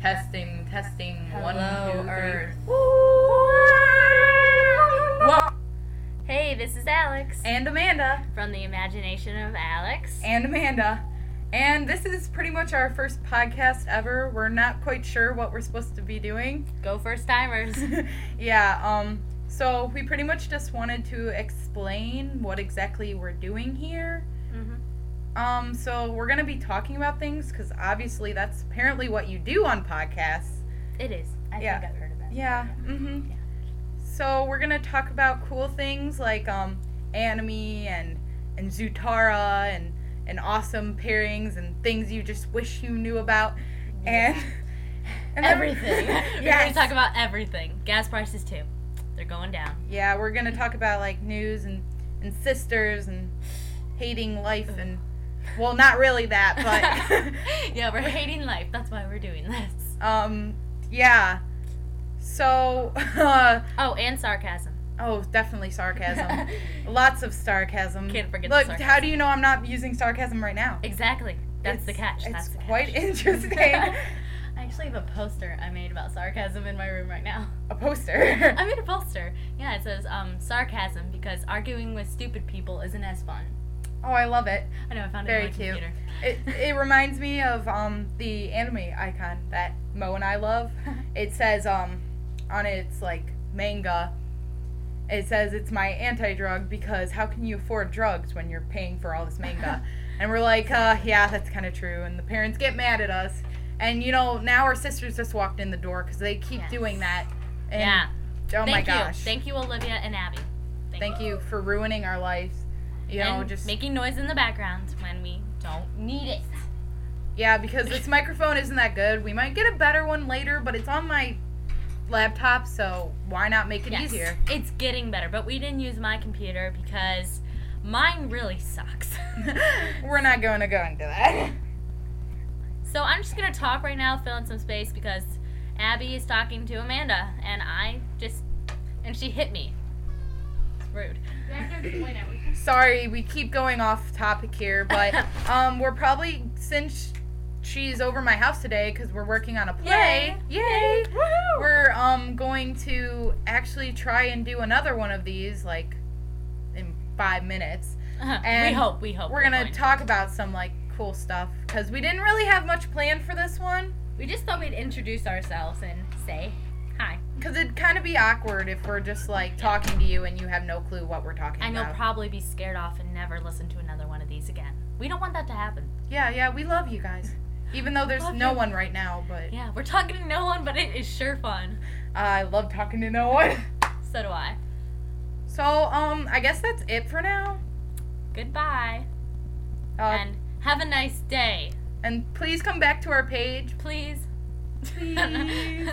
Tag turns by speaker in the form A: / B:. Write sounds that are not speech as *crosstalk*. A: Testing, testing, one,
B: Hello,
A: two,
B: Earth.
A: three.
B: Whoa.
C: Hey, this is Alex
A: And Amanda.
C: from the imagination of Alex.
A: And Amanda. And this is pretty much our first podcast ever. We're not quite sure what we're supposed to be doing. *laughs*
C: Go first timers.
A: yeah, um, so we pretty much just wanted to explain what exactly we're doing here.
C: hmm
A: Um, so we're gonna be talking about things because obviously that's apparently what you do on podcasts.
C: It is. I
A: Yeah.
C: think I've heard about it.
A: Yeah. Mm-hmm.
C: Yeah.
A: So we're gonna talk about cool things like um, anime and and Zutara and and awesome pairings and things you just wish you knew about and
C: *laughs*
A: and then- *laughs*
C: everything. *laughs* We're
A: yes.
C: going to talk about everything. Gas prices, too. They're going down.
A: yeah, we're gonna talk about like news and and sisters and hating life and well, not really that, but.
C: *laughs* yeah, we're hating life. That's why we're doing this.
A: Um, yeah. So, *laughs* uh,
C: Oh, and sarcasm.
A: oh, definitely
C: *laughs*
A: sarcasm. Lots of sarcasm.
C: Can't forget the
A: Look,
C: sarcasm.
A: how do you know I'm not using sarcasm right now?
C: exactly. That's the
A: It's-
C: catch.
A: It's
C: That's the catch.
A: quite
C: *laughs*
A: interesting.
C: I actually have a poster I made about sarcasm in my room right now. *laughs*
A: A poster.
C: I made a poster. Yeah, it says um, sarcasm because arguing with stupid people isn't as fun.
A: oh, I love it.
C: I know I found
A: Very
C: it on my
A: cute.
C: computer.
A: It, it reminds me of um the anime icon that Mo and I
C: *laughs*
A: love. It says um on its like manga. It says it's my anti-drug because how can you afford drugs when you're paying for all this
C: *laughs*
A: manga? and we're like, uh, yeah, that's kind of true. And the parents get mad at us. And you know now our sisters just walked in the door because they keep
C: Yes.
A: doing that. And,
C: yeah.
A: Oh my
C: Thank you.
A: gosh.
C: Thank you, Olivia and Abby.
A: Thank you for ruining our lives. You know,
C: and
A: just
C: making noise in the background when we don't need it.
A: Yeah, because this microphone isn't that good. We might get a better one later, but it's on my laptop, so why not make it
C: Yes.
A: easier? *laughs*
C: It's getting better, but we didn't use my computer because mine
A: *laughs*
C: really sucks. *laughs*
A: We're not going to go into that.
C: so I'm just gonna talk right now, fill in some space because Abby is talking to Amanda and I just and she hit me. It's rude.
A: Sorry, we keep going off topic here, but um, we're probably since she's over my house today because we're working on a play. Yay! We're um going to actually try and do another one of these like in five minutes.
C: Uh-huh. we
A: And
C: hope, we hope.
A: We're gonna
C: going to.
A: talk about some like cool stuff because we didn't really have much planned for this one.
C: We just thought we'd introduce ourselves and say hi.
A: Because it'd kind of be awkward if we're just like talking to you and you have no clue what we're talking
C: And you'll
A: about.
C: probably be scared off and never listen to another one of these again. We don't want that to happen.
A: yeah, yeah, we love you guys. Even though there's
C: Love
A: no
C: you.
A: one right now, but
C: Yeah, we're talking to no one, but it is sure fun.
A: I love talking to no one. *laughs*
C: So do I.
A: So, um, I guess that's it for now.
C: Goodbye.
A: Uh, and,
C: and have a nice day,
A: please come back to our page.
C: please. *laughs*
A: Please.